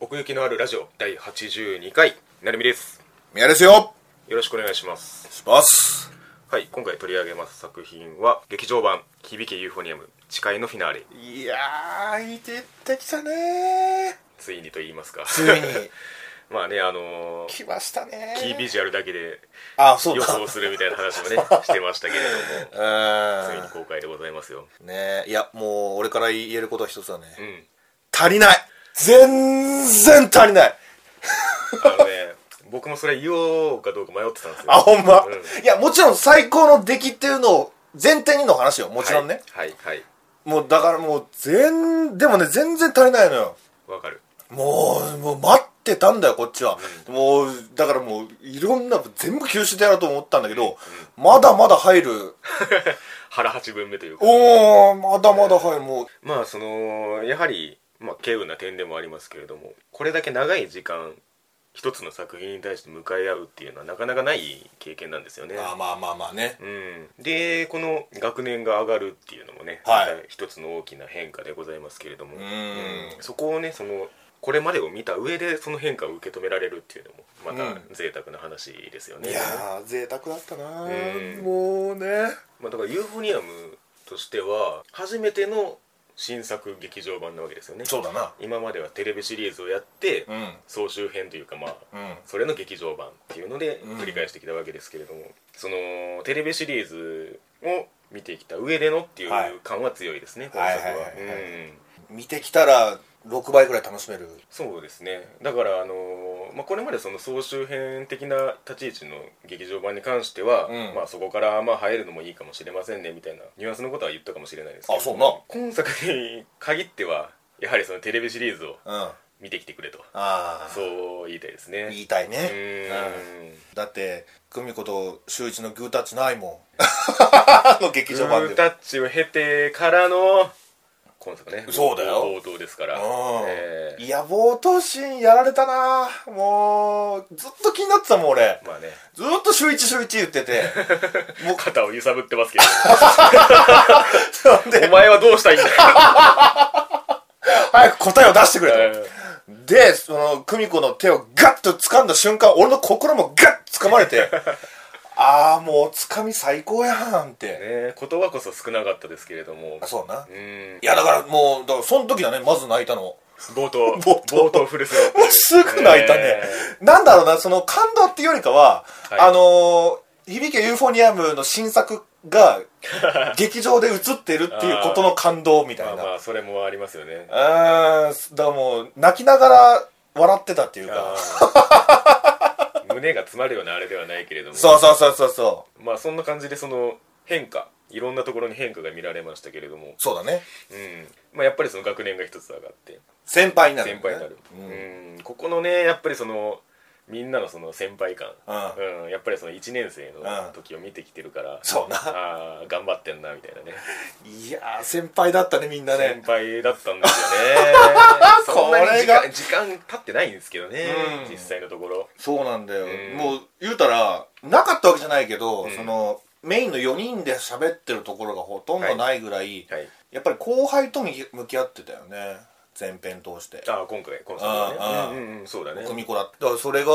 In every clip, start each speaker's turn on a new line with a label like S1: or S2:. S1: 奥行きのあるラジオ第82回なるみです
S2: 宮ですよ
S1: よろしくお願いします
S2: します
S1: はい今回取り上げます作品は劇場版「響けユーフォニアム誓いのフィナーレ
S2: いやーいい出てきたね」
S1: ついにと言いますか
S2: ついに
S1: まあねあのー
S2: 来ましたね
S1: キービジュアルだけで
S2: あそう
S1: 予
S2: だ
S1: 想するみたいな話 もねしてましたけれどもついに
S2: う
S1: 公開でございますよ
S2: んねえいやもう俺から言えることは一つだね、
S1: うん
S2: 足りない全然足りない
S1: あのね僕もそれ言おうかどうか迷ってたんですよ
S2: あほんま、
S1: う
S2: いやもちろん最高の出来っていうのを前提にの話よもちろんね、
S1: はいはい
S2: もうだからもう全でもね全然足りないのよ
S1: わ、かる
S2: もう、もう待ってたんだよ、こっちは。もう、だからもう、いろんな、全部吸収でやろうと思ったんだけど、まだまだ入る。
S1: 腹八分目というか
S2: おー、まだまだ入る。もう、
S1: まあそのやはり、まあ、軽有な点でもありますけれどもこれだけ長い時間一つの作品に対して向かい合うっていうのはなかなかない経験なんですよね。
S2: あまあまあまあね。
S1: うん、でこの学年が上がるっていうのもね、
S2: はい
S1: また一つの大きな変化でございますけれども、
S2: うん
S1: そこをねそのこれまでを見た上でその変化を受け止められるっていうのもま
S2: う
S1: た贅沢な話ですよね。
S2: いやー、贅沢だったなー
S1: うん
S2: もうね。
S1: まあ、だからユーフォニアムとしては初めての新作劇場版なわけですよね。
S2: うだな。
S1: 今まではテレビシリーズをやって、
S2: うん。
S1: 総集編というかまあ
S2: うん。
S1: それの劇場版っていうので
S2: うん
S1: 繰り返してきたわけですけれども、そのテレビシリーズを見てきた上でのってい
S2: はいう
S1: 感は強いですね、
S2: はい
S1: この作は、
S2: はいはいはい
S1: うん
S2: 見てきたら、6倍くらい楽しめる。
S1: そうですねだからあのー、まあ、これまでその総集編的な立ち位置の劇場版に関しては、
S2: うん
S1: まあ、そこからまあ入るのもいいかもしれませんねみたいなニュアンスのことは言ったかもしれないですけど
S2: あそうな
S1: 今作に限ってはやはりそのテレビシリーズを
S2: うん。あ
S1: 見てきてくれと
S2: あー。
S1: そう言いたいですね
S2: 言いたいね。
S1: う
S2: うん
S1: ーん
S2: だって、久美子と周一のグータッチないも ん。あの劇
S1: グ
S2: 場版
S1: ー
S2: で。
S1: タッチを経てからの今作ね
S2: そうだよ
S1: 冒頭ですから、
S2: うん
S1: ええ
S2: いや冒頭シーンやられたなもうずっと気になってたもん俺
S1: まあね
S2: ずっと週一週一言ってても
S1: 肩を揺さぶってますけ
S2: う
S1: どお
S2: で
S1: 前はどうしたいんだ
S2: 早く答えを出してくれ
S1: え
S2: とでその久美子の手をガッと掴んだ瞬間俺の心もガッと掴ま れてああもう掴み最高やんって、
S1: えねえ言葉こそ少なかったですけれども
S2: あそうだな
S1: うん
S2: いやだからもうだからその時だねまず泣いたの
S1: 冒頭
S2: 冒頭
S1: フルスロット
S2: もうすぐ泣いたね、
S1: え
S2: なんだろうなその感動っていうよりかは、
S1: はい
S2: あのー響けユーフォニアムの新作 が劇場で映ってるっていうことの感動みた
S1: まあ
S2: いな
S1: まあそれもありますよね
S2: うーんだからもう泣きながら笑ってたっていうか
S1: あー胸が詰まるようなあれではないけれども
S2: そうそうそうそうそう
S1: まあそんな感じでその変化いろんなところに変化が見られましたけれども、
S2: そうだね
S1: うんまあ、やっぱりその学年が一つ上がって
S2: 先輩になる、
S1: 先輩になる、
S2: う
S1: う
S2: ん
S1: んここのねやっぱりそのみんなのその先輩感、
S2: う
S1: うんやっぱりその1年生
S2: う
S1: の
S2: ん
S1: 時を見てきてるから、
S2: そうな
S1: あー頑張ってんなみたいなね
S2: いやー先輩だったねみんな
S1: 先
S2: ね
S1: 輩だったんですよ ねそんなに
S2: これ
S1: 時間
S2: が
S1: 時間経ってないんですけどね、
S2: うん
S1: 実際のところ
S2: そうなんだよ、
S1: うん
S2: もう言うたらなかったわけじゃないけど、
S1: うん
S2: そのメインの4人で喋ってるところがほとんどないぐらい
S1: はい
S2: やっぱり後輩と向き向き合ってたよね前編通して
S1: ああ今回この作
S2: あーあ
S1: 品
S2: ー
S1: ねうんうんうんそうだね
S2: 久美子だっただからそれが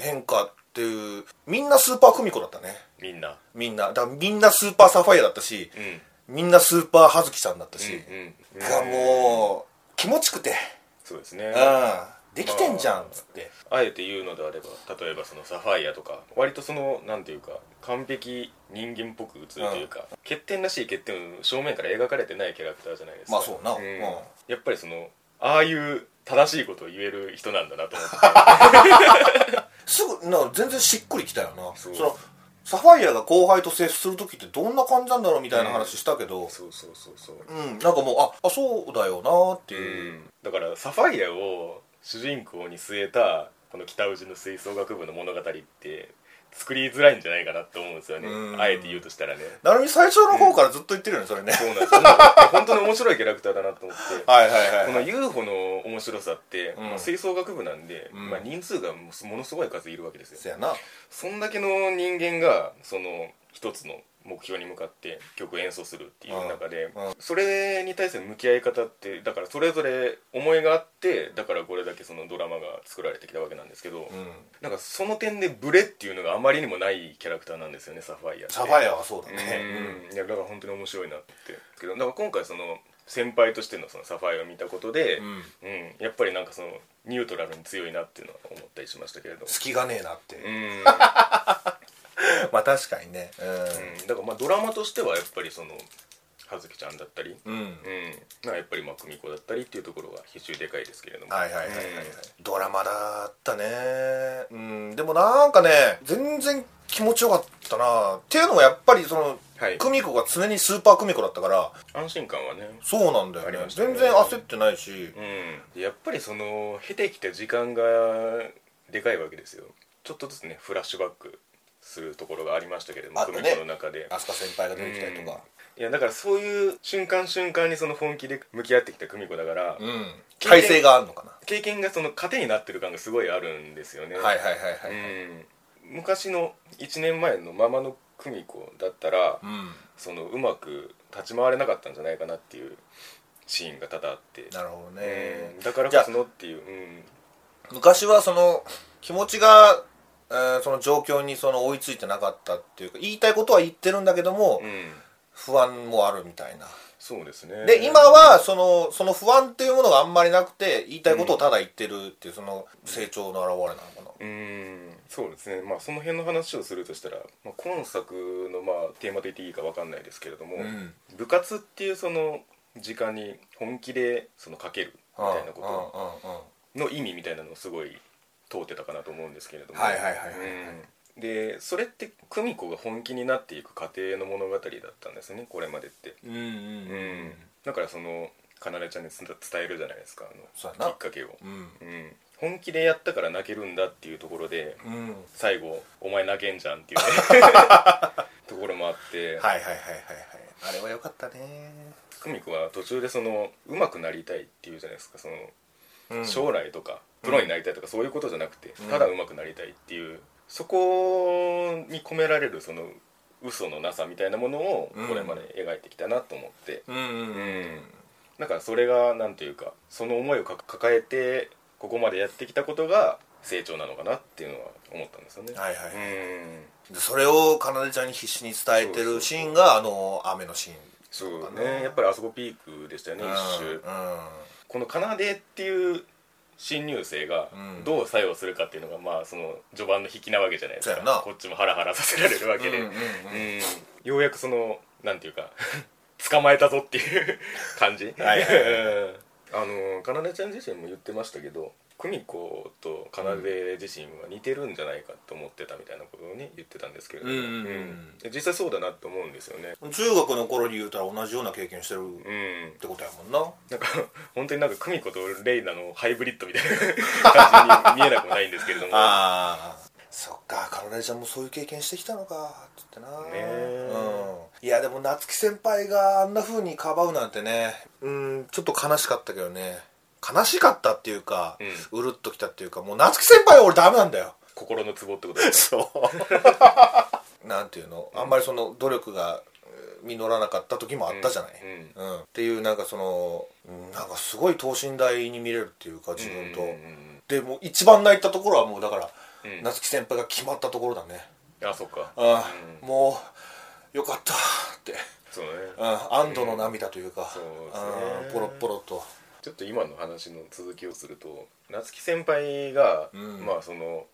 S2: 変化っていうみんなスーパー久美子だったね
S1: みんな
S2: みんなだからみんなスーパーサファイアだったし
S1: うんうん
S2: みんなスーパー葉月さんだったし、
S1: うん
S2: がもう気持ちくて
S1: そうですね
S2: うんできてんじゃんっつって
S1: あえて言うのであれば例えばそのサファイアとか割とそのなんていうか完璧人間っぽく映るというか、欠点らしい欠点を正面から描かれてないキャラクターじゃないですか
S2: まあそうなうんん
S1: やっぱりそのああいう正しいことを言える人なんだなと思って
S2: すぐな全然しっくりきたよな
S1: そ
S2: そうのサファイアが後輩と接する時ってどんな感じなんだろうみたいな話したけど、
S1: そうそうそうそう
S2: うんなんかもうああそうだよなっていう、
S1: うんだからサファイアを主人公に据えたこの北宇治の吹奏楽部の物語って作りづらいんじゃないかなと思うんですよね
S2: うん
S1: あえて言うとしたらね
S2: なるみ最初の方からずっと言ってるよねそれね
S1: そうなんですよ本当に面白いキャラクターだなと思って
S2: はいはい
S1: こ
S2: は
S1: の
S2: い
S1: UFO の面白さって、
S2: うん
S1: まあ、吹奏楽部なんで、
S2: うん
S1: まあ、人数がもうすものすごい数いるわけですよ
S2: そやな
S1: そんだけの人間がその一つの目標に向かって曲を演奏するっていう中で、
S2: うんうん
S1: それに対する向き合い方ってだからそれぞれ思いがあってだからこれだけそのドラマが作られてきたわけなんですけど、
S2: うん
S1: なんかその点でブレっていうのがあまりにもないキャラクターなんですよねサファイアって
S2: サファイアはそうだね
S1: うんいやだから本当に面白いなってけどなんか今回その先輩としてのそのサファイアを見たことで、
S2: う
S1: うん
S2: ん、
S1: やっぱりなんかそのニュートラルに強いなっていうのは思ったりしましたけれど
S2: 隙がねえなって、
S1: うん、 うん、
S2: まあ確かにねう
S1: だからまあドラマとしてはやっぱりその葉月ちゃんだったり、
S2: ん、うん
S1: うん、まあやっぱりまあ久美子だったりっていうところが非常にでかいですけれども
S2: はいはいはいはい、は
S1: う
S2: い
S1: ん
S2: ドラマだったねうんでもなんかね全然気持ちよかったなっていうのはやっぱりその、
S1: はい
S2: 久美子が常にスーパー久美子だったから
S1: 安心感はね
S2: そうなんだよ
S1: あり
S2: ね
S1: ましたね
S2: 全然焦ってないし、
S1: うん、やっぱりその経てきた時間がでかいわけですよちょっとずつねフラッシュバックするところがありましたけれども
S2: あった
S1: 組
S2: ね
S1: 子の中で
S2: 飛鳥先輩が出てきたりとか
S1: いやだからそういう瞬間瞬間にその本気で向き合ってきた組子だから、
S2: うん、体制があるのかな
S1: 経験がその糧になってる感がすごいあるんですよね
S2: はいはいはいはい、
S1: うん、昔の1年前のままの組子だったら、
S2: うん
S1: そのうまく立ち回れなかったんじゃないかなっていうシーンが多々あって
S2: なるほ
S1: う
S2: どね
S1: ん、だからこそのっていう、うん、
S2: 昔はその気持ちが、えーその状況にその追いついてなかったっていうか言いたいことは言ってるんだけども、
S1: うん、
S2: 不安もあるみたいな
S1: そうですね
S2: で今はそのその不安っていうものがあんまりなくて言いたいことをただ言ってるっていうその成長の表れなのか
S1: うーんそうですねまあその辺の話をするとしたら、まあ、今作のまあテーマと言っていいかわかんないですけれども、
S2: な、うん
S1: 部活っていうその時間に本気でそのかけるみたいなこ
S2: うんうんうん
S1: との意味みたいなのをすごい問うてたかなと思うんですけれども
S2: はいはいはい
S1: う
S2: はい
S1: んでそれって久美子が本気になっていく過程の物語だったんですねこれまでって
S2: うんうん
S1: う
S2: うん
S1: んだからそのかなでちゃんに伝えるじゃないですかあの
S2: そう
S1: き
S2: やな
S1: っかけを
S2: うん
S1: うん、本気でやったから泣けるんだっていうところで
S2: うんはい
S1: 最後「お前泣けんじゃん」っていう ねところもあって
S2: はいはいはいはいあれは良かったね
S1: 久美子は途中でその上手くなりたいっていうじゃないですかその、
S2: うん
S1: 将来とかプロになりたいとかそういうことじゃなくて、
S2: うん
S1: ただ上手くなりたいっていうそこに込められるその嘘のなさみたいなものを
S2: うん
S1: これまで描いてきたなと思って、
S2: うんうんうん
S1: だからそれがなんていうかその思いをか抱えてここまでやってきたことが成長なのかなっていうのは思ったんですよね、
S2: はいはい
S1: う
S2: はい
S1: ん
S2: でそれをかなでちゃんに必死に伝えてるシーンがあの雨のシーン
S1: そうねやっぱりあそこピークでしたよね一
S2: うんう
S1: 周
S2: ん
S1: この奏でっていう新入生が
S2: うん
S1: どう作用するかっていうのがまあその序盤の引きなわけじゃないです
S2: そうやな
S1: かこっちもハラハラさせられるわけで、
S2: うんうんうん
S1: うんようやくそのなんていうか 捕まえたぞっていう 感じ
S2: はいはいは
S1: うんあのかなでちゃん自身も言ってましたけど久美子とかなで自身は似てるんじゃないかと思ってたみたいなことをね言ってたんですけれども、
S2: うんうんうん
S1: で実際そうだなと思うんですよね
S2: 中学の頃に言うたら同じような経験してるっ
S1: うん
S2: てことやもんな
S1: なんか 本当になんか久美子とレイナのハイブリッドみたいな感じに見えなくもないんですけれども
S2: ああそっかかなでちゃんもそういう経験してきたのかつってなね
S1: え
S2: うん、いやでも夏樹先輩があんな風にかばうなんてねうんちょっと悲しかったけどね悲しかったっていうか、うるっときたっていうかもう夏樹先輩は俺ダメなんだよ
S1: 心のツボってことです
S2: そうなんていうのあんまりその努力がえー実らなかった時もあったじゃない、
S1: うん
S2: うんっていうなんかそのうんなんかすごい等身大に見れるっていうか自分と、
S1: うんうん
S2: でもう一番泣いたところはもうだから、
S1: うん
S2: 夏樹先輩が決まったところだね
S1: うんあそっか
S2: あ
S1: う
S2: あもうよかったって
S1: そうね
S2: うん安堵の涙というか、
S1: そうですね
S2: うんポロッポロと
S1: ちょっと今の話の続きをすると夏樹先輩が、
S2: うん
S1: まあその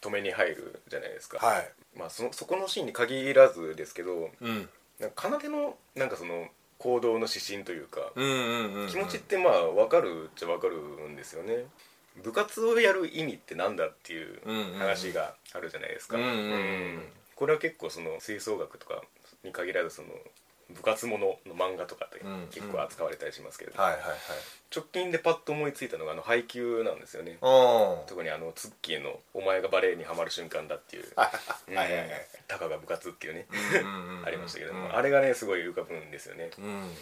S1: 止めに入るじゃないですか、
S2: はい
S1: まあ、そのそこのシーンに限らずですけど
S2: うん
S1: なんか奏のなんかその行動の指針というか、
S2: うんうんうんうん
S1: 気持ちってまあ分かるっちゃ分かるんですよね部活をやる意味ってなんだっていう話があるじゃないですか、
S2: うんうんうん
S1: これは結構その吹奏楽とかに限らずその部活ものの漫画とかって
S2: うん
S1: 結構扱われたりしますけど、
S2: はいはいはい
S1: 直近でパッと思いついたのがあの配給なんですよね
S2: う
S1: 特にあのツッキーの「お前がバレエにはまる瞬間だ」っていう「うん
S2: はいはいはい
S1: たかが部活」っていうね
S2: ん
S1: ありましたけども、
S2: うん
S1: あれがねすごい浮かぶんですよね
S2: んうん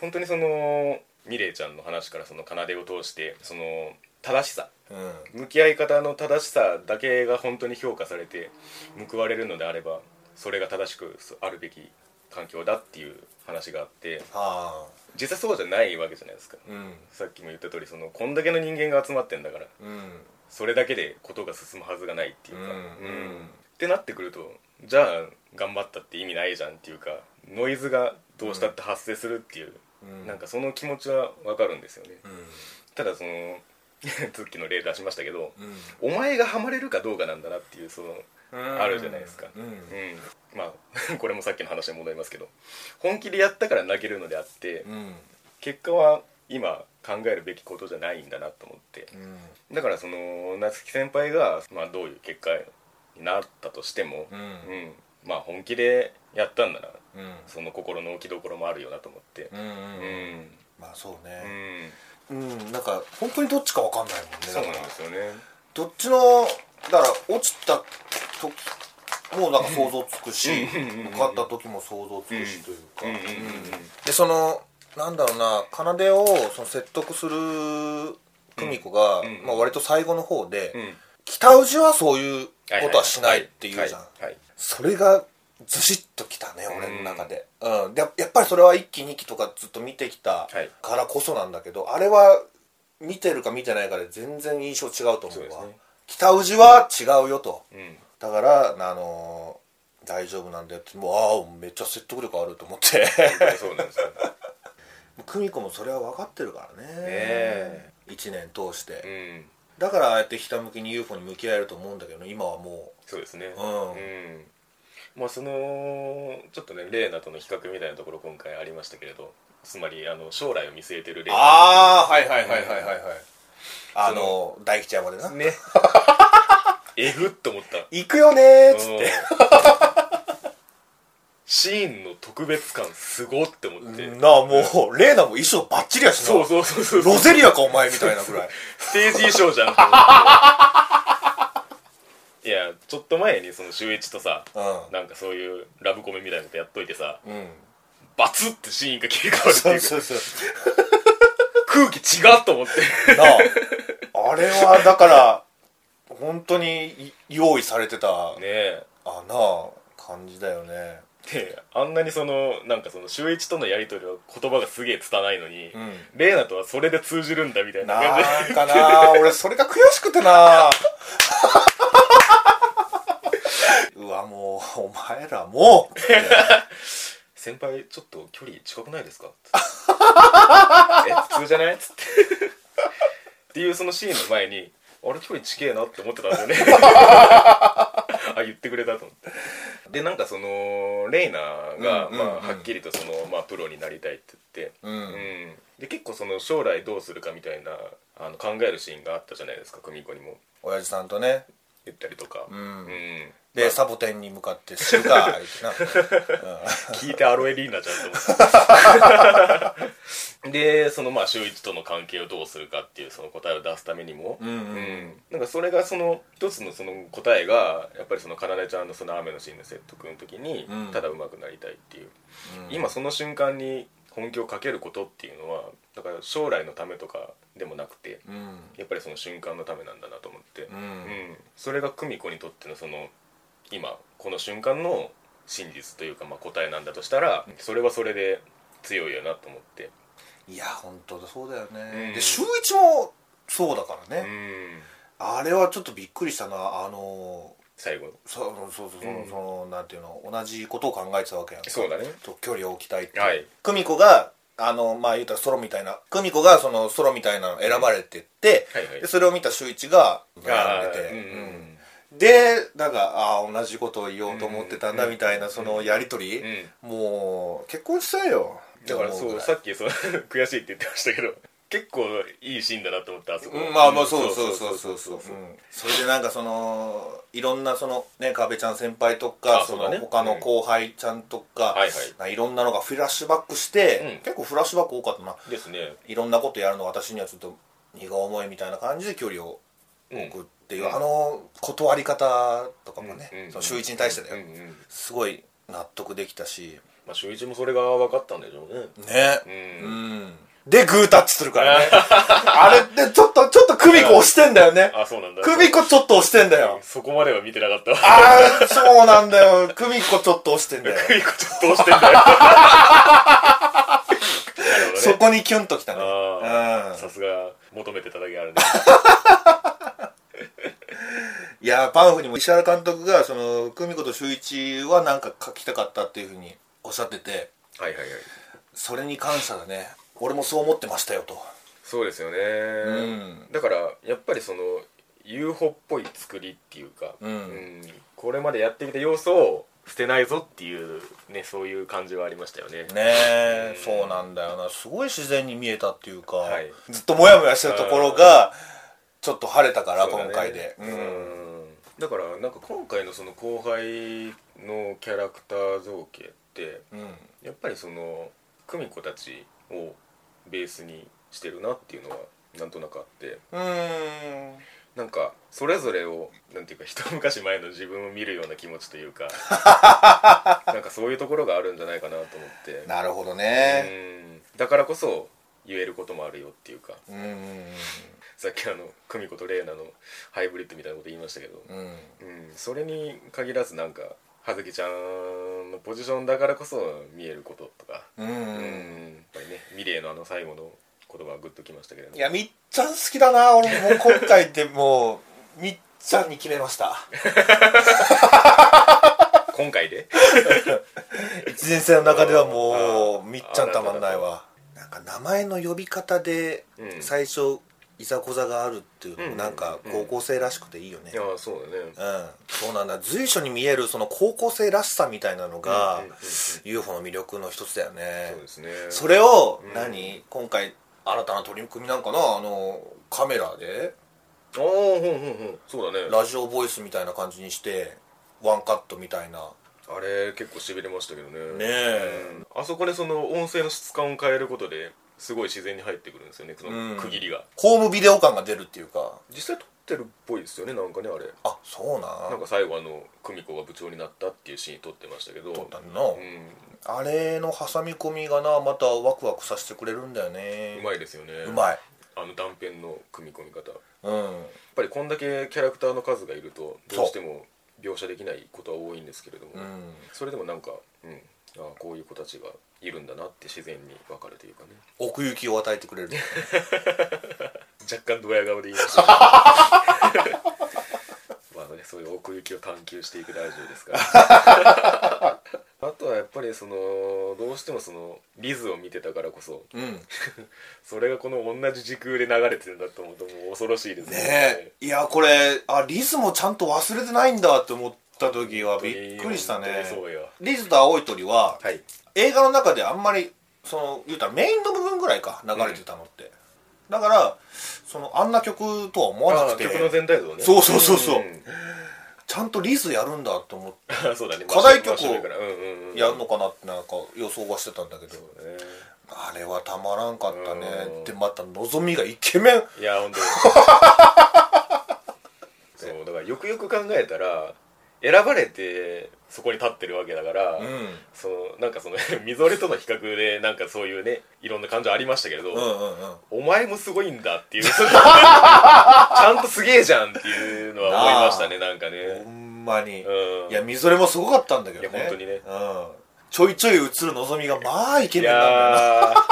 S1: 本当にそのミレイちゃんの話からその奏でを通してその正しさ
S2: うん
S1: 向き合い方の正しさだけが本当に評価されて報われるのであればそれが正しくあるべき環境だっていう話があって
S2: あ
S1: 実際そうじゃないわけじゃないですか
S2: あうん
S1: さっきも言った通りそのこんだけの人間が集まってんだから
S2: うん
S1: それだけでことが進むはずがないっていうか、
S2: うん
S1: ってなってくるとじゃあ頑張ったって意味ないじゃんっていうかノイズがどうしたって発生するっていう、
S2: うん
S1: なんかその気持ちはわかるんですよね、
S2: うん
S1: ただその ツッキーの例出しましたけど、
S2: うん
S1: お前がハマれるかどうかなんだなっていうその、あるじゃないですか
S2: うん
S1: うんまあ これもさっきの話に戻りますけど本気でやったから泣けるのであって、
S2: うん
S1: 結果は今考えるべきことじゃないんだなと思って
S2: うん
S1: だからその夏木先輩が、まあ、どういう結果になったとしても、
S2: うん
S1: うんまあ本気でやったんなら
S2: うん
S1: その心の置きどころもあるよなと思って
S2: うん
S1: うん、
S2: うんまあそう
S1: う
S2: ね
S1: ん
S2: うんなんか本当にどっちかわかんないもんね
S1: そう
S2: だ
S1: なん
S2: から
S1: ですよね
S2: どっちのだから落ちた時もなんか想像つくし
S1: うん
S2: 受かった時も想像つくしというか
S1: うんうん
S2: でそのなんだろうな奏をその説得する久美子が、
S1: んうん
S2: まあ、割と最後の方で、
S1: うんうん
S2: 北氏はそういうことはしないって言うじゃん、
S1: はいはいはい
S2: それがずしっときたね俺の中で,、うんでややっぱりそれは1期2期とかずっと見てき
S1: は
S2: た
S1: い
S2: からこそなんだけど、あれは見てるか見てないかで全然印象違うと思
S1: そう
S2: う
S1: です
S2: わ
S1: ね
S2: 北氏は違うよと
S1: うん
S2: だからあのー大丈夫なんだよってもうああめっちゃ説得力あると思って
S1: そうなんですよ
S2: 久美子もそれは分かってるからね
S1: え
S2: 1年通して、
S1: うん
S2: だからああやってひたむきに UFO に向き合えると思うんだけどね今はも
S1: そうですね
S2: うん
S1: んまあそのちょっとねレーナとの比較みたいなところ今回ありましたけれどつまりあの将来を見据えてる
S2: う
S1: レーナ
S2: ああはいはいはいはいはいはいあの大吉山でな
S1: ねえぐっと思った
S2: 行くよねーっつっ
S1: う
S2: て
S1: んシーンの特別感すごって思って、
S2: なあもうレーナも衣装バッチリやしな
S1: そうそうそうそう
S2: ロゼリアかお前みたいなぐらい
S1: ステージ衣装じゃんと思っていやちょっと前にその秀一とさ なんかそういうラブコメみたいなことやっといてさ
S2: うんうん
S1: バツってシーンが切り替わるって
S2: そ
S1: いううか
S2: そうそう
S1: 空気違うと思って
S2: なああれはだから本当にい用意されてたあ
S1: ねえ
S2: なあ感じだよね
S1: であんなにそのなんかその秀一とのやり取りは言葉がすげえ拙いのに、
S2: うん
S1: レイナとはそれで通じるんだみ たいな
S2: な
S1: 感じ
S2: んかな俺それが悔しくてなうわもうお前らもう
S1: 先輩ちょっと距離近くないです か?」え普通じゃない?」っつってっていうそのシーンの前に「あれ距離近えな」って思ってたんですよね あ言ってくれたと思ってでなんかそのレイナが、
S2: うんうん
S1: まあ
S2: うん
S1: はっきりとその、まあ、プロになりたいって言って、
S2: うん
S1: うんで結構その将来どうするかみたいなあの考えるシーンがあったじゃないですか久美子にも
S2: 親父さんとね
S1: 言ったりとか、
S2: ん
S1: うん
S2: で、サボテンに向かって死ぬか言 って
S1: 聞いてアロエリーナじゃんと思 ってでそのまあ秀一との関係をどうするかっていうその答えを出すためにも、
S2: なうんうん
S1: なんかそれがその一つのその答えがやっぱりそのかなでちゃんのその雨のシーンの説得の時に、
S2: うん
S1: ただ上手くなりたいっていう、
S2: うん
S1: 今その瞬間に本気をかけることっていうのはだから将来のためとかでもなくて
S2: うん
S1: やっぱりその瞬間のためなんだなと思って、
S2: う
S1: うんん、それが久美子にとってのその今この瞬間の真実というか、まあ、答えなんだとしたらそれはそれで強いよなと思って
S2: いや本当だそうだよね、
S1: うん
S2: で週一もそうだから
S1: う
S2: ね、
S1: ん
S2: あれはちょっとびっくりしたなあの
S1: 最後
S2: そそうそうそう、
S1: うん
S2: そのなんていうの同じことを考えてたわけやんか
S1: そうだね
S2: と距離を置きたいって
S1: はい
S2: 久美子があのまあ言うたらソロみたいな久美子がそのソロみたいなの選ばれてって、
S1: はいはい
S2: でそれを見た周一が選んで
S1: あー
S2: て、
S1: うん
S2: でなんかあー同じことを言おうと思ってたんだ
S1: うん
S2: みたいなそのやり取り、
S1: うん
S2: もう結婚したいよ
S1: だからそ
S2: 思
S1: う
S2: ぐ
S1: さっきその 悔しいって言ってましたけど結構いいシーンだなと思ったあそこ、
S2: うんまあまあそうそうそうそうそううんそれでなんかそのいろんなそのねかべちゃん先輩とか
S1: あ
S2: そ
S1: そう
S2: の
S1: だね
S2: 他の後輩ちゃんとか、
S1: はいはい
S2: ないろんなのがフラッシュバックして、
S1: うん
S2: 結構フラッシュバック多かったな
S1: ですね
S2: いろんなことやるの私にはちょっと荷が重いみたいな感じで距離を
S1: うん
S2: 置くっていう、
S1: うん
S2: あの断り方とかもね、
S1: うんうん
S2: その週一に対してだ
S1: うん
S2: よ、
S1: うん
S2: すごい納得できたし
S1: まあ秀一もそれが分かったんでしょうね
S2: ね
S1: うん
S2: うんで、グータッチするか らね。あれってちょっと、ちょっとクミコ押してんだよね。
S1: あそうなんだ
S2: クミコちょっと押してんだよ。
S1: そこまでは見てなかったわ
S2: ああ、そうなんだよ。クミコちょっと押してん だよ。
S1: クミコちょっと押してんだよなるほどね
S2: そこにキュンときたね。
S1: ああ
S2: う
S1: さすが求めてただけあるね
S2: ん。いや、パンフにも石原監督が、その、クミコと周一はなんか書きたかったっていうふうにおっしゃってて、
S1: はいはいはい
S2: それに感謝だね。俺もそう思ってましたよと。
S1: そうですよね、
S2: う
S1: だからやっぱりその UFO っぽい作りっていうか、
S2: うん
S1: これまでやってきた要素を捨てないぞっていうねそういう感じはありましたよね
S2: ねえ、そうなんだよなすごい自然に見えたっていうか、
S1: はい
S2: ずっとモヤモヤしてるところがちょっと晴れたから、
S1: そうだね
S2: 今回で、う
S1: うんんだからなんか今回のその後輩のキャラクター造形って
S2: うん
S1: やっぱりその久美子たちをベースにしてるなっていうのはなんとなくあって
S2: うーん
S1: なんかそれぞれをなんていうか一昔前の自分を見るような気持ちという かなんかそういうところがあるんじゃないかなと思って
S2: なるほどね
S1: うんだからこそ言えることもあるよっていうか
S2: うんうん
S1: さっきあの久美子と玲奈のハイブリッドみたいなこと言いましたけど、
S2: うん
S1: うん、それに限らずなんか葉月ちゃんのポジションだからこそ見えることとか、
S2: うん
S1: うん
S2: うん
S1: やっぱりねミレーのあの最後の言葉はグッときましたけれど
S2: いやみっちゃん好きだな俺もう今回でもうみっちゃんに決めました
S1: 今回で
S2: 一年生の中ではも
S1: あ
S2: う
S1: ー
S2: みっちゃんたまんないわなんか名前の呼び方で
S1: うん
S2: 最初いざこざがあるっていうの
S1: う
S2: も
S1: ん
S2: なんか高校生らしくていいよね、
S1: いやそうだね
S2: うん、そうなんだ随所に見えるその高校生らしさみたいなの
S1: うん
S2: が、
S1: うんうんうん
S2: UFO の魅力の一つだよね
S1: そうですね
S2: それを、
S1: うん
S2: 何今回新たな取り組みなんかなあのカメラで
S1: ああほんほんほんそうだね
S2: ラジオボイスみたいな感じにしてワンカットみたいな
S1: あれ結構しびれましたけどね
S2: ねえ
S1: うんあそこでその音声の質感を変えることですごい自然に入ってくるんですよねそ
S2: う
S1: の
S2: ん
S1: 区切りが、
S2: ホームビデオ感が出るっていうか
S1: 実際撮ってるっぽいですよねなんかねあれ
S2: あそうな
S1: なんか最後あの久美子が部長になったっていうシーン撮ってましたけど
S2: 撮ったの
S1: う、
S2: あれの挟み込みがなまたワクワクさせてくれるんだよね
S1: んうまいですよね
S2: うまい
S1: あの断片の組み込み方やっ
S2: うん
S1: ぱりこんだけキャラクターの数がいるとどうしても描写できないことは多いんですけれども、
S2: うん
S1: それでもなんか、うん、ああこういう子たちがいるんだなって自然に分かるというかね
S2: 奥行きを与えてくれる
S1: 若干ドヤ顔で言いま したけどまあね、そういう奥行きを探求していくラジオですから あとはやっぱりそのどうしてもそのリズを見てたからこそ
S2: うん
S1: それがこの同じ時空で流れてるんだと思うともう恐ろしいです
S2: ねえいやこれあリズもちゃんと忘れてないんだって思った時は
S1: 本当に
S2: びっくりしたね
S1: 本当にそうよ
S2: リズと青い鳥は、
S1: はい
S2: 映画の中であんまりその言うたらメインの部分ぐらいか流れてたのって、だからそのあんな曲とは思わな
S1: あ
S2: くて
S1: 曲の全体像ね
S2: そうそうそうそうんちゃんとリズやるんだと思っ て
S1: そうだね
S2: 課題曲を
S1: 真正面からうんうんうん
S2: やるのかなってなんか予想はしてたんだけど、
S1: ね
S2: あれはたまらんかったね
S1: うん
S2: でまたのぞみがイケメン
S1: いや 本当にそうだからよくよく考えたら選ばれてそこに立ってるわけだから、
S2: うん
S1: そのなんかその みぞれとの比較でなんかそういうねいろんな感情ありましたけれど、
S2: うんうんうん
S1: お前もすごいんだっていう ちゃんとすげえじゃんっていうのは思いましたねなんか
S2: ほ
S1: ね
S2: んまに、
S1: うん
S2: いや、みぞれもすごかったんだけどね。
S1: いや本当にね
S2: うん。ちょいちょい映るのぞみが、まあ、イケ
S1: い
S2: メンなんだよな。
S1: やー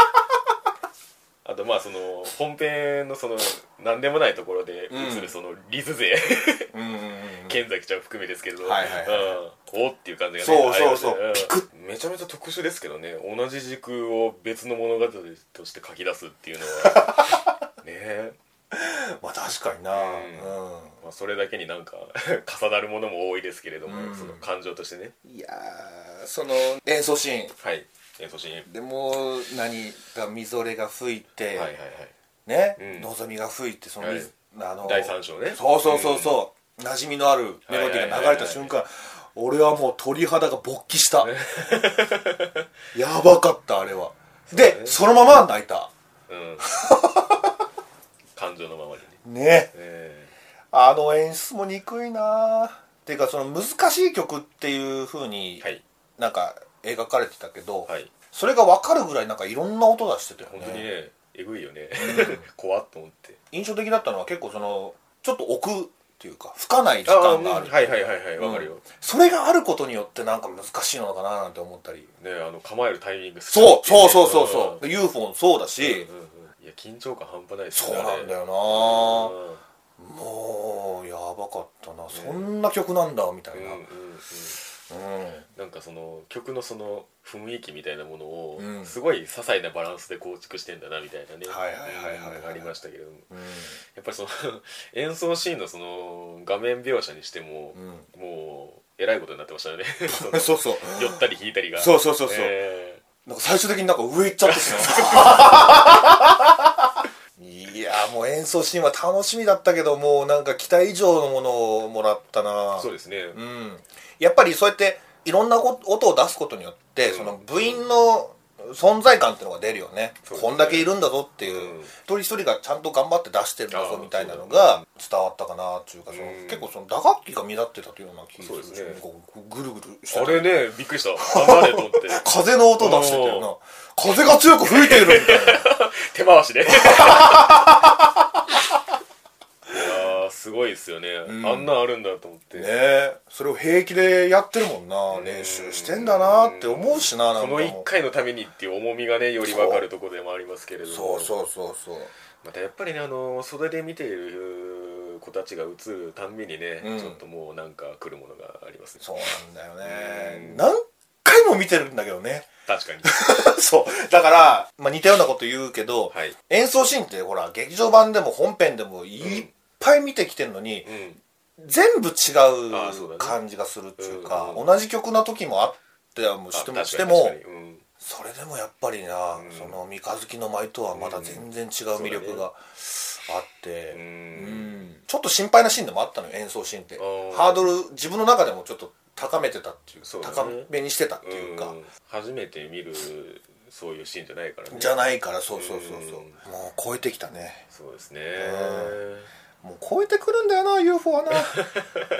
S1: あとまあその本編のその何でもないところで映
S2: うん
S1: るそのリズ勢
S2: うんうんうん。
S1: 剣崎ちゃん含めですけれど、
S2: はいはいは
S1: うん、おっていう感じがね
S2: そうそうそう
S1: ありますね
S2: ピク
S1: んめちゃめちゃ特殊ですけどね同じ時空を別の物語として書き出すっていうのはね え、
S2: まあ、確かにな。
S1: うん
S2: う
S1: まあ、それだけになんか 重なるものも多いですけれども、
S2: うん
S1: その感情としてね
S2: ん。いやー、その、演奏シーン。
S1: はい演奏シーン
S2: でも、何が、みぞれが吹いて、
S1: はいはいはい
S2: ね、
S1: うん
S2: のぞみが吹いて、その、
S1: はい
S2: 水あの、
S1: 第三章ね
S2: そうそうそうそう、馴染みのあるメロディーが流れた瞬間、俺はもう鳥肌が勃起した。 やばかった、あれは。で、そのまま泣いた。
S1: うん感情のままにね、
S2: ね。
S1: え
S2: あの演出も憎いなっていうかその難しい曲っていう風に
S1: ーはい
S2: なんか描かれてたけど、
S1: はい
S2: それが分かるぐらいなんかいろんな音出してたよ
S1: 本
S2: ね
S1: 当にねえぐいよね 怖っと思って
S2: 印象的だったのは結構そのちょっと置くっていうか吹かない時
S1: ああう
S2: 間
S1: ん
S2: があ
S1: は
S2: る
S1: いはいはいはいわかるよ、
S2: それがあることによってなんか難しいのかななんて思ったり
S1: ねあの構えるタイミング
S2: そうそうそうそうそうう UFO もそうだし、
S1: んうんうんいや緊張感半端ないです
S2: そうなんだよな
S1: あれ
S2: もうやばかったな、そんな曲なんだみたい
S1: うん
S2: な
S1: うんうんなんかその曲のその雰囲気みたいなものを、
S2: うん
S1: すごい些細なバランスで構築してんだなみたいなね
S2: はいはいはいはいはい
S1: うんありましたけれども
S2: うん
S1: やっぱりその 演奏シーンのその画面描写にしても、もうえらいことになってましたよ ねそ
S2: うん
S1: の
S2: そうそう
S1: 寄ったり引いたりが
S2: そうそうそうそう
S1: え
S2: なんか最終的になんか上行っちゃってしまういやもう演奏シーンは楽しみだったけどもうなんか期待以上のものをもらったな
S1: ーそうですね、
S2: うん、やっぱりそうやっていろんなこ音を出すことによって、
S1: うん
S2: その部員の存在感っていうのが出るよね
S1: そうですね
S2: こんだけいるんだぞっていう、
S1: うん
S2: 一人一人がちゃんと頑張って出してるんだ
S1: あ
S2: ぞ
S1: あ
S2: みたいなのが伝わったかなっていうかその、
S1: うん
S2: 結構その打楽器が目立ってたというような気がす
S1: そ
S2: る
S1: うですね
S2: なんかこうぐるぐるして
S1: あ
S2: た
S1: れねびっくりしたなんだあれと 思って
S2: 風の音出してたよな風が強く吹いているみたい な
S1: 手回しで いやーすごいですよね、
S2: ん
S1: あんなんあるんだと思って、
S2: ねえそれを平気でやってるもんな
S1: うん
S2: 練習してんだなって思うしななん
S1: こ
S2: かも
S1: の1回のためにっていう重みがねより分かるところでもありますけれども
S2: そうそうそうそう
S1: またやっぱりねあの袖で見ている子たちが映るたんびにね、
S2: うん
S1: ちょっともうなんか来るものがありますね
S2: そうなんだよ
S1: う
S2: ね
S1: ん
S2: 何回も見てるんだけどね
S1: 確かに
S2: そうだから、まあ、似たようなこと言うけど、
S1: はい、
S2: 演奏シーンってほら劇場版でも本編でもいっぱい見てきてるのに
S1: う、ん、
S2: 全部違
S1: あそうだ
S2: う
S1: ね
S2: 感じがするっていうか
S1: うんうん
S2: 同じ曲の時もあってはもうして
S1: あ
S2: も
S1: 確
S2: し
S1: か
S2: て
S1: に
S2: も
S1: 確かにうん
S2: それでもやっぱりな、
S1: うん
S2: その三日月の舞とはまだ全然違う魅力があって、
S1: う
S2: うんんちょっと心配なシーンでもあったのよ演奏シーンって
S1: ー
S2: ハードル自分の中でもちょっと高めてたっていう
S1: そうだね
S2: 高めにしてたっていうか、
S1: ん初めて見るそういうシーンじゃないからね
S2: じゃないからそうそうそうそう、
S1: うん
S2: もう超えてきたね
S1: そうですね
S2: もう超えてくるんだよな UFO は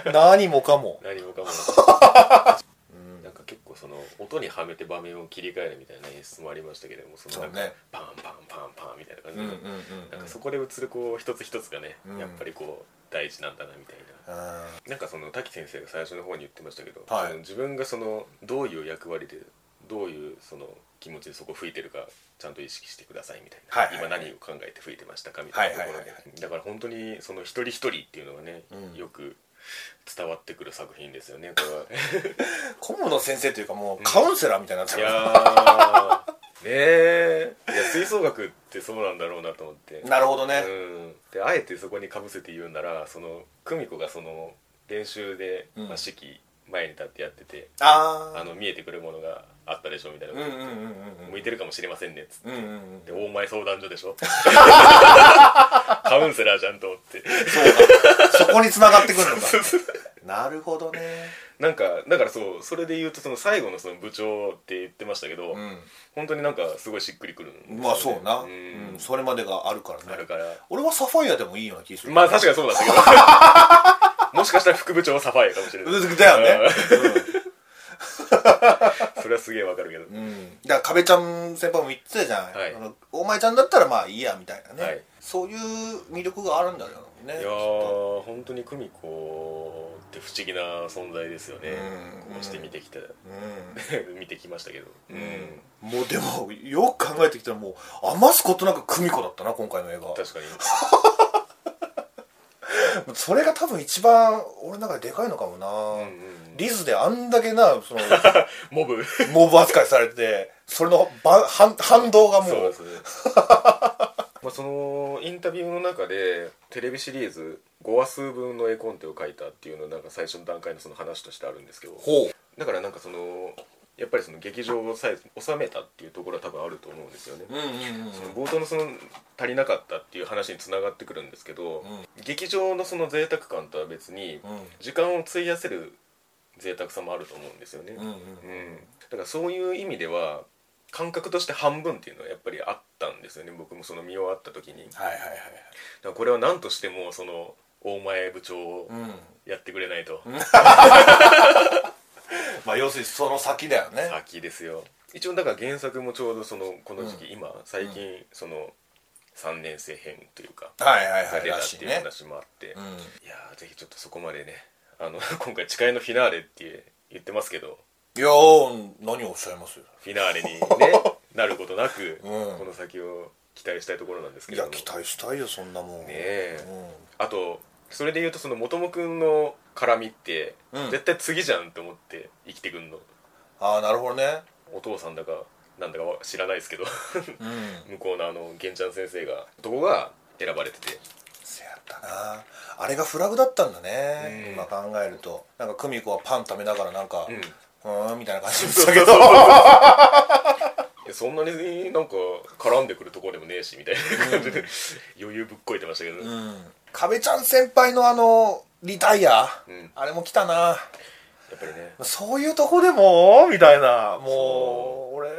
S2: な 何もかも
S1: 何もかもなくなんか結構その音にはめて場面を切り替えるみたいな演出もありましたけれどもそのなんか
S2: そうね
S1: パンパンパンパンみたいな感
S2: う
S1: じで、なんかそこで映るこう一つ一つがね、
S2: うん
S1: やっぱりこう大事なんだなみたいななんかその滝先生が最初の方に言ってましたけど、
S2: はい
S1: その自分がそのどういう役割でどういうその気持ちでそこ吹いてるかちゃんと意識してくださいみたいな、
S2: はいはいはい
S1: 今何を考えて吹いてましたかみたいなところで、
S2: はいはいはい
S1: だから本当にその一人一人っていうのがね、
S2: うん
S1: よく伝わってくる作品ですよねこれは
S2: 顧問の先生というかもうカウンセラーみたいになっちゃ
S1: いうやーねえいや吹奏楽ってそうなんだろうなと思って
S2: なるほどね、
S1: うん、であえてそこにかぶせて言うならその久美子がその練習で、
S2: うん
S1: まあ、式前に立ってやってて
S2: ああ
S1: あの見えてくるものがあったでしょみたいな
S2: うん
S1: こと、
S2: うんうんうんうん
S1: 向いてるかもしれませんねっつって。
S2: うんうんうん
S1: で大前相談所でし ょカウンセラーじゃんと思って
S2: そこに繋がってくる のかなるほどね
S1: なんかだからそうそれで言うとその最後のその部長って言ってましたけど、
S2: うん
S1: 本当になんかすごいしっくりくるんですよね
S2: まあそうな、
S1: ん
S2: うんそれまでがあるからね
S1: あるから
S2: 俺はサファイアでもいいような気がする
S1: まあ確かにそうだったけど もしかしたら副部長はサファイアかもしれない
S2: うんだよね
S1: それはすげえわかるけど、
S2: うん、うんだから壁ちゃん先輩も言ってたじゃん、
S1: はい
S2: あのお前ちゃんだったらまあいいやみたいなね、
S1: はい
S2: そういう魅力があるんだろうね
S1: いやー本当に久美子って不思議な存在ですよね、
S2: うん
S1: こうして見てきた、見てきましたけど、うん
S2: うん、もうでもよく考えてきたらもう余すことなく久美子だったな今回の映画
S1: 確かに
S2: それが多分一番俺の中ででかいのかもな、
S1: うんうん
S2: リズであんだけなその
S1: モブ
S2: モブ扱いされてそれのば反反動がも
S1: そう
S2: う
S1: ですね まあそのインタビューの中でテレビシリーズ5話数分の絵コンテを書いたっていうのをなんか最初の段階のその話としてあるんですけど
S2: ほう
S1: だからなんかそのやっぱりその劇場をさえ収めたっていうところは多分あると思うんですよね、
S2: うんうんうん
S1: その冒頭のその足りなかったっていう話につながってくるんですけど、劇場のその贅沢感とは別に時間を費やせる贅沢さもあると思うんですよね、
S2: うんうん
S1: うんだからそういう意味では感覚として半分っていうのはやっぱりあったんですよね僕もその見終わった時にだか
S2: はいはいはい
S1: らこれは何としてもその大前部長を
S2: うん
S1: やってくれないと、
S2: まあ要するにその先だよね
S1: 先ですよ一応だから原作もちょうどそのこの時期、今最近その3年生編というか
S2: はいはい
S1: が
S2: はい
S1: 出たっ
S2: らしてい
S1: いう
S2: ね
S1: 話もあって、
S2: うん
S1: いやーぜひちょっとそこまでねあの 今回誓いのフィナーレって言ってますけど
S2: いやー何をおっしゃいます
S1: フィナーレに、 ね、なることなく、
S2: うん
S1: この先を期待したいところなんですけ
S2: い
S1: れ
S2: や
S1: ども
S2: 期待したいよそんなも
S1: ね
S2: ん
S1: え
S2: う
S1: あとそれで言うとその元もくんの絡みって、
S2: うん
S1: 絶対次じゃんって思って生きてくんの
S2: ああなるほどね
S1: お父さんだかなんだかは知らないですけど
S2: うん
S1: 向こうのあの玄ちゃん先生がどこが選ばれてて
S2: せやったなあれがフラグだったんだね、
S1: うん
S2: 今考えるとなんか久美子はパン食べながらなんか
S1: うん
S2: うーんみたいな感じでしたけど
S1: いやそんなになんか絡んでくるとこでもねえしみたいな感じで、余裕ぶっこいてましたけど、
S2: う
S1: い
S2: ん壁ちゃん先輩のあのリタイア、
S1: うん
S2: あれも来たな
S1: やっぱりね
S2: そういうとこでもみたいなもう俺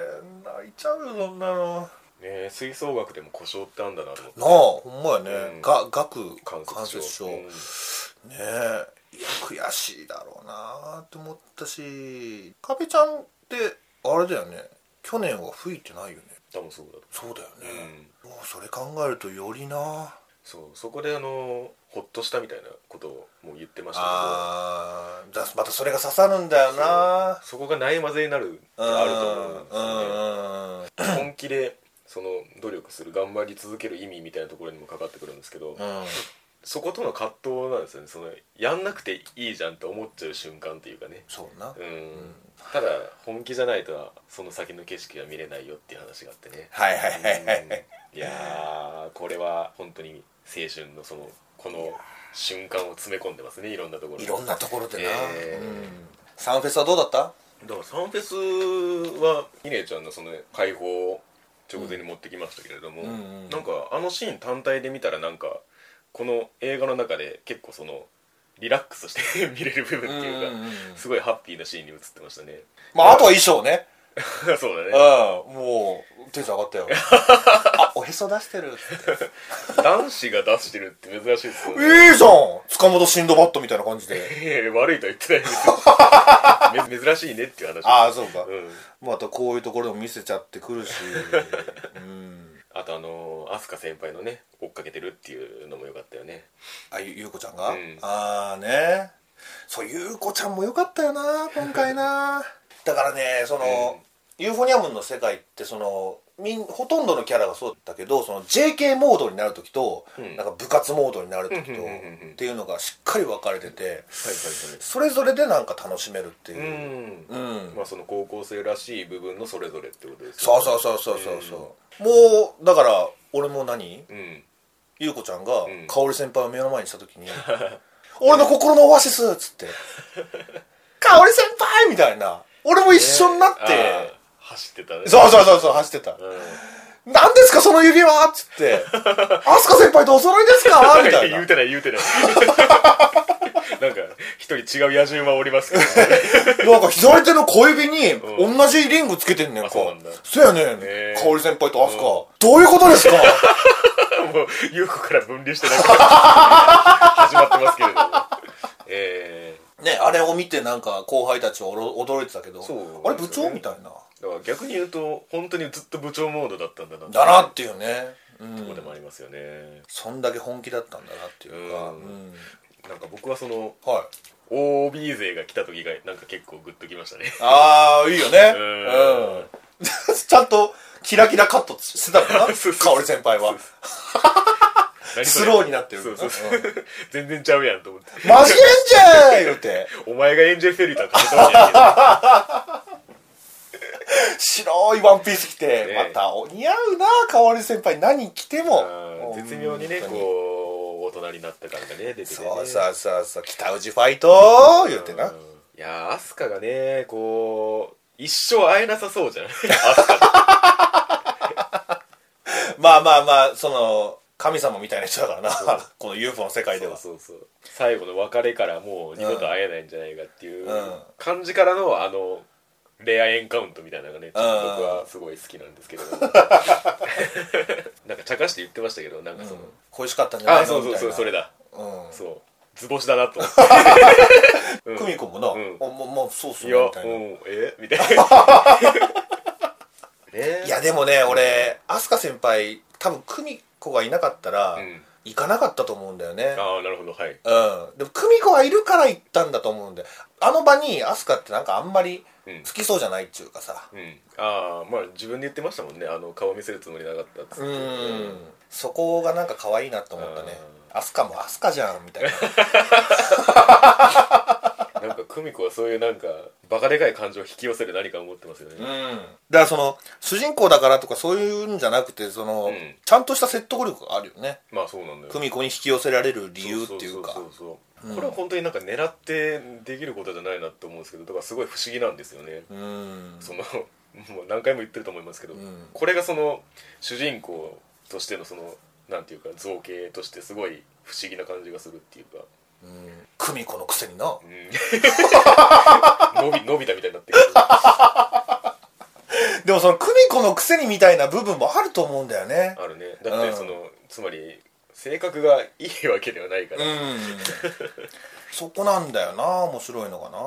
S2: 泣いちゃうよそんなの
S1: ね吹奏楽でも故障ってあんだなと思って
S2: なあほんまやね、
S1: うん
S2: が学
S1: 関
S2: 関節
S1: 節
S2: 症、
S1: 症
S2: ねえいや悔しいだろうなって思ったし壁ちゃんってあれだよね去年は吹いてないよね
S1: うん、多分そうだと
S2: そうだよね
S1: 思う、、
S2: もうそれ考えるとよりな
S1: そうそこであのほっとしたみたいなことをもう言ってました
S2: あーだまたそれが刺さるんだよ
S1: けど
S2: な
S1: そうそこがないまぜになるって
S2: うん
S1: あると思うんですよね
S2: うんうん
S1: 本気でその努力する頑張り続ける意味みたいなところにもかかってくるんですけど、
S2: うん
S1: そことの葛藤なんですよねそのやんなくていいじゃんって思っちゃう瞬間っていうかね
S2: そうな、
S1: うん、ただ本気じゃないとその先の景色は見れないよっていう話があってね
S2: はいはいはいはいはい
S1: うんいやーこれは本当に青春のそのこの瞬間を詰め込んでますねいろんなところ
S2: いろんなところでな、
S1: えー
S2: うん、サンフェスはどうだった
S1: だからサンフェスはミネちゃんのその解放を直前に持ってきましたけれども、
S2: うんうんうん
S1: なんかあのシーン単体で見たらなんかこの映画の中で結構そのリラックスして 見れる部分っていうか、
S2: うんうんうん
S1: すごいハッピーなシーンに映ってました ね
S2: まああとは衣装ね
S1: そうだ
S2: う
S1: ね
S2: んもうテンション上 がったよあおへそ出してる
S1: 男子が出してるって珍しいですよね
S2: いいじゃん塚本シンドバッドみたいな感じで
S1: いやいや悪いとは言ってないです よめ珍しいねっていう話
S2: ああそうか、
S1: うん、
S2: またこういうところでも見せちゃってくるしうん
S1: あとあのー、飛鳥先輩のね追っかけてるっていうのも良かったよね
S2: あゆゆうこちゃんが、
S1: うん
S2: ああねそうゆうこちゃんもよかったよな今回 なだからねその、ユーフォニアムの世界ってそのみんほとんどのキャラがそうだけどその JK モードになる時と、
S1: うん
S2: なんか部活モードになる時と、
S1: うんうんうんうん
S2: っていうのがしっかり分かれてて
S1: はいは
S2: それぞれでなんか楽しめるってい
S1: いは
S2: う、
S1: いうん
S2: うん
S1: まあその高校生らしい部分のそれぞれってことです
S2: そうそう
S1: う
S2: そうそうそうそうもうだから俺も何
S1: うん
S2: 優子ちゃんが
S1: ん
S2: 香織先輩を目の前にした 時に「俺の心のオアシス」っつって「香織先輩!」みたいな俺も一緒になって、
S1: あー走ってたね
S2: そうそうそうそう走ってた
S1: うん
S2: 「何ですかその指輪!」っつ って「飛鳥先輩とお揃いですか?」みたいな
S1: 言うてない言うてない なんか一人違う野獣はおりますけど
S2: なんか左手の小指に
S1: うん
S2: 同じリングつけてんねんか
S1: あそうなんだ
S2: そうやねん
S1: へー
S2: 香織先輩と飛鳥どういうことですか
S1: もう優子から分離してなんか始まってますけれどもえ
S2: ねあれを見てなんか後輩たちはおろ驚いてたけど
S1: そうなんですよね
S2: あれ部長みたい
S1: ー、だ
S2: な
S1: から逆に言うと本当にずっと部長モードだったんだな
S2: だな
S1: っ
S2: っていうねうん
S1: てとこでもありますよね、
S2: そんだけ本気だったんだなっていうか、
S1: うん
S2: うん
S1: なんか僕はその
S2: はい
S1: OB 勢が来た時がなんか結構グッときましたね
S2: ああいいよね
S1: う
S2: うんん、ちゃん とキラキラカットしてたのかな
S1: そうそう
S2: 香織先輩は
S1: 何そ
S2: ス
S1: れ
S2: ローになってる
S1: そうそうそう全然ちゃうやんと思って
S2: うんマジエンジェ言うて
S1: お前がエンジェル・フェリーだったら
S2: 白いワンピース着て、
S1: ねえ
S2: またお似合うな香織先輩何着ても
S1: うん絶妙にねこう大人になった感がね出てて、ね、
S2: そうそうそうそう北氏ファイト言うて
S1: う
S2: な
S1: い
S2: ん
S1: やーアスカがねこう一生会えなさそうじゃないアスカって
S2: まあまあまあその神様みたいな人だからな この UFO の世界で
S1: そう
S2: は
S1: そうそう最後の別れからもう二度と会えないんじゃないかっていう
S2: うん
S1: 感じからのあのレアエンカウントみたいなのがねちょっと僕はすごい好きなんですけどなんか茶化して言ってましたけどなんかその、
S2: 恋しかったんじゃな
S1: あ
S2: いの
S1: そう
S2: みた
S1: そ
S2: いうな
S1: そうそれだ
S2: うん
S1: そう図星だなと思って
S2: 久美子もな、
S1: ん
S2: あまあまあそうっす
S1: い
S2: ね
S1: や、うん
S2: みたいな、
S1: えみた いな。ね
S2: いやでもね俺飛鳥先輩多分久美子がいなかったら、
S1: うん
S2: 行かなかったと思うんだよね
S1: ああなるほどはい
S2: うん、でも久美子がいるから行ったんだと思うんであの場に飛鳥ってなんかあんまり
S1: うん
S2: 好きそうじゃないっちゅうかさ
S1: うんああまあ自分で言ってましたもんねあの顔見せるつもりなかったっつって
S2: うんそこがなんか可愛いなと思ったね飛鳥も飛鳥じゃん みたいな
S1: なんか久美子はそういうなんかバカでかい感情を引き寄せる何かを持ってますよね、
S2: うんだからその主人公だからとかそういうんじゃなくてその、
S1: うん
S2: ちゃんとした説得力があるよね
S1: まあそうなんだよ
S2: 久美子に引き寄せられる理由っていう
S1: そ
S2: か
S1: そそそうこれは本当になんか狙ってできることじゃないなと思うんですけどだからすごい不思議なんですよね、
S2: うん
S1: そのもう何回も言ってると思いますけど、
S2: ん
S1: これがその主人公としてのそのなんていうか造形としてすごい不思議な感じがするっていうか、
S2: 久美子のくせにな
S1: うん のびのびたみたいになってる
S2: でもその久美子のくせにみたいな部分もあると思うんだよね
S1: あるねだって
S2: うん
S1: その、つまり性格がいいわけではないか
S2: う
S1: ら、
S2: んそこなんだよな面白いのかな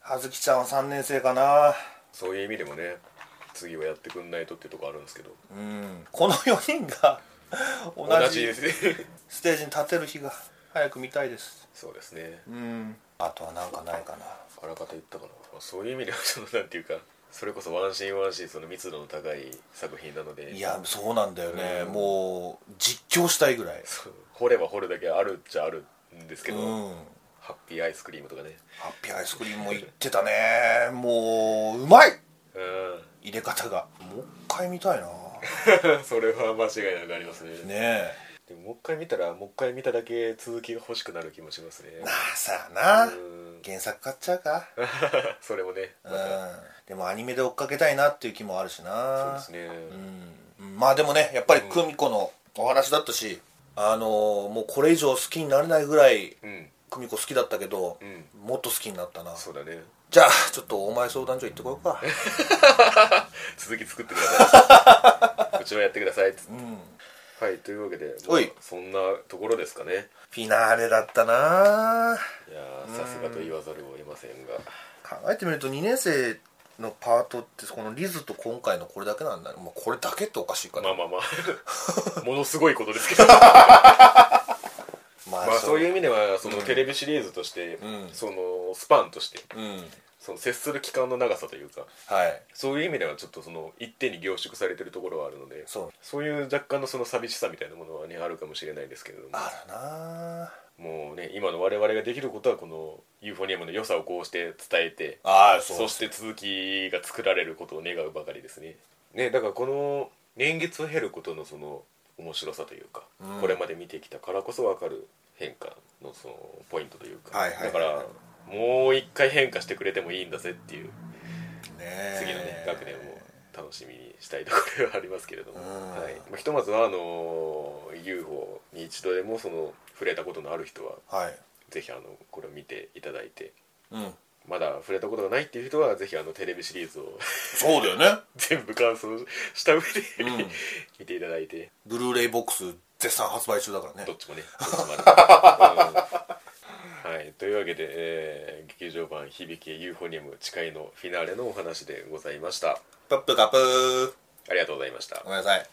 S2: 葉月ちゃんは3年生かな
S1: そういう意味でもね次はやってくんないとっていうとこあるんですけど
S2: うんこの4人が同じ
S1: ですね
S2: ステージに立てる日が早く見たいです
S1: そうですね
S2: うんあとはなんかないかな
S1: あらかた言ったかなそういう意味ではそのなんていうかそれこそワンシーンワンシーンその密度の高い作品なので
S2: いやそうなんだよね、
S1: うん
S2: もう実況したいぐらい
S1: そう 掘れば掘るだけあるっちゃあるんですけ
S2: う
S1: ど、
S2: ん
S1: ハッピーアイスクリームと かね
S2: ハッピーアイスクリームも行ってたねもううまい
S1: うん
S2: 入れ方がもう一回見たいな
S1: それは間違いなくありますね
S2: ねえ
S1: でももう一回見たらもう一回見ただけ続きが欲しくなる気もし ますね
S2: なあさあな、
S1: うん
S2: 原作買っちゃうか
S1: それもね
S2: う
S1: ま
S2: ん
S1: た
S2: でもアニメで追っかけたいなっていう気もあるしな
S1: そうですね、
S2: うんまあでもねやっぱり久美子のお話だったし、あのーもうこれ以上好きになれないぐらい
S1: うん
S2: 久美子好きだったけど、
S1: うん
S2: もっと好きになったな
S1: そうだね
S2: じゃあちょっとお前相談所行ってこようか
S1: 続き作ってくださいうちもやってくださいっつってはいというわけで、まあ
S2: おい
S1: そんなところですかね
S2: フィナーレだったない
S1: やーさすがと言わざるを得ませんが
S2: 考えてみると2年生のパートってこのリズと今回のこれだけなんだねもうこれだけっておかしいか
S1: まあ
S2: な
S1: まあま あものすごいことですけど
S2: ま
S1: まあそういう
S2: う
S1: 意味ではそのテレビシリーズとして、
S2: うん
S1: そのスパンとして
S2: うん
S1: その接する期間の長さというか
S2: はい
S1: そういう意味ではちょっとその一点に凝縮されてるところはあるので
S2: そう
S1: そういう若干のその寂しさみたいなものはねあるかもしれないですけれども
S2: あるな
S1: もうね今の我々ができることはこのユーフォニアムの良さをこうして伝えて
S2: ああ
S1: そ
S2: そう
S1: して続きが作られることを願うばかりですねねだからこの年月を経ることのその面白さというか、
S2: うん
S1: これまで見てきたからこそ分かる変化のそのポイントというか、
S2: はいはいはい
S1: だからもう一回変化してくれてもいいんだぜっていう
S2: ね
S1: 次のね、学年も楽しみにしたいところはありますけれども、
S2: うん
S1: はいまあひとまずはあのー UFO に一度でもその触れたことのある人は
S2: はい
S1: ぜひあのこれを見ていただいて
S2: うん
S1: まだ触れたことがないっていう人はぜひあのテレビシリーズを
S2: そうだよね
S1: 全部完走した上で、
S2: うん
S1: 見ていただいて
S2: ブルーレイボックス絶賛発売中だから
S1: ど
S2: ね
S1: っち もねどっちもある、うんはい、というわけで、えー劇場版「響きユーフォニアム誓いのフィナーレ」のお話でございました
S2: プップカプー
S1: ありがとうございました
S2: ごめんなさい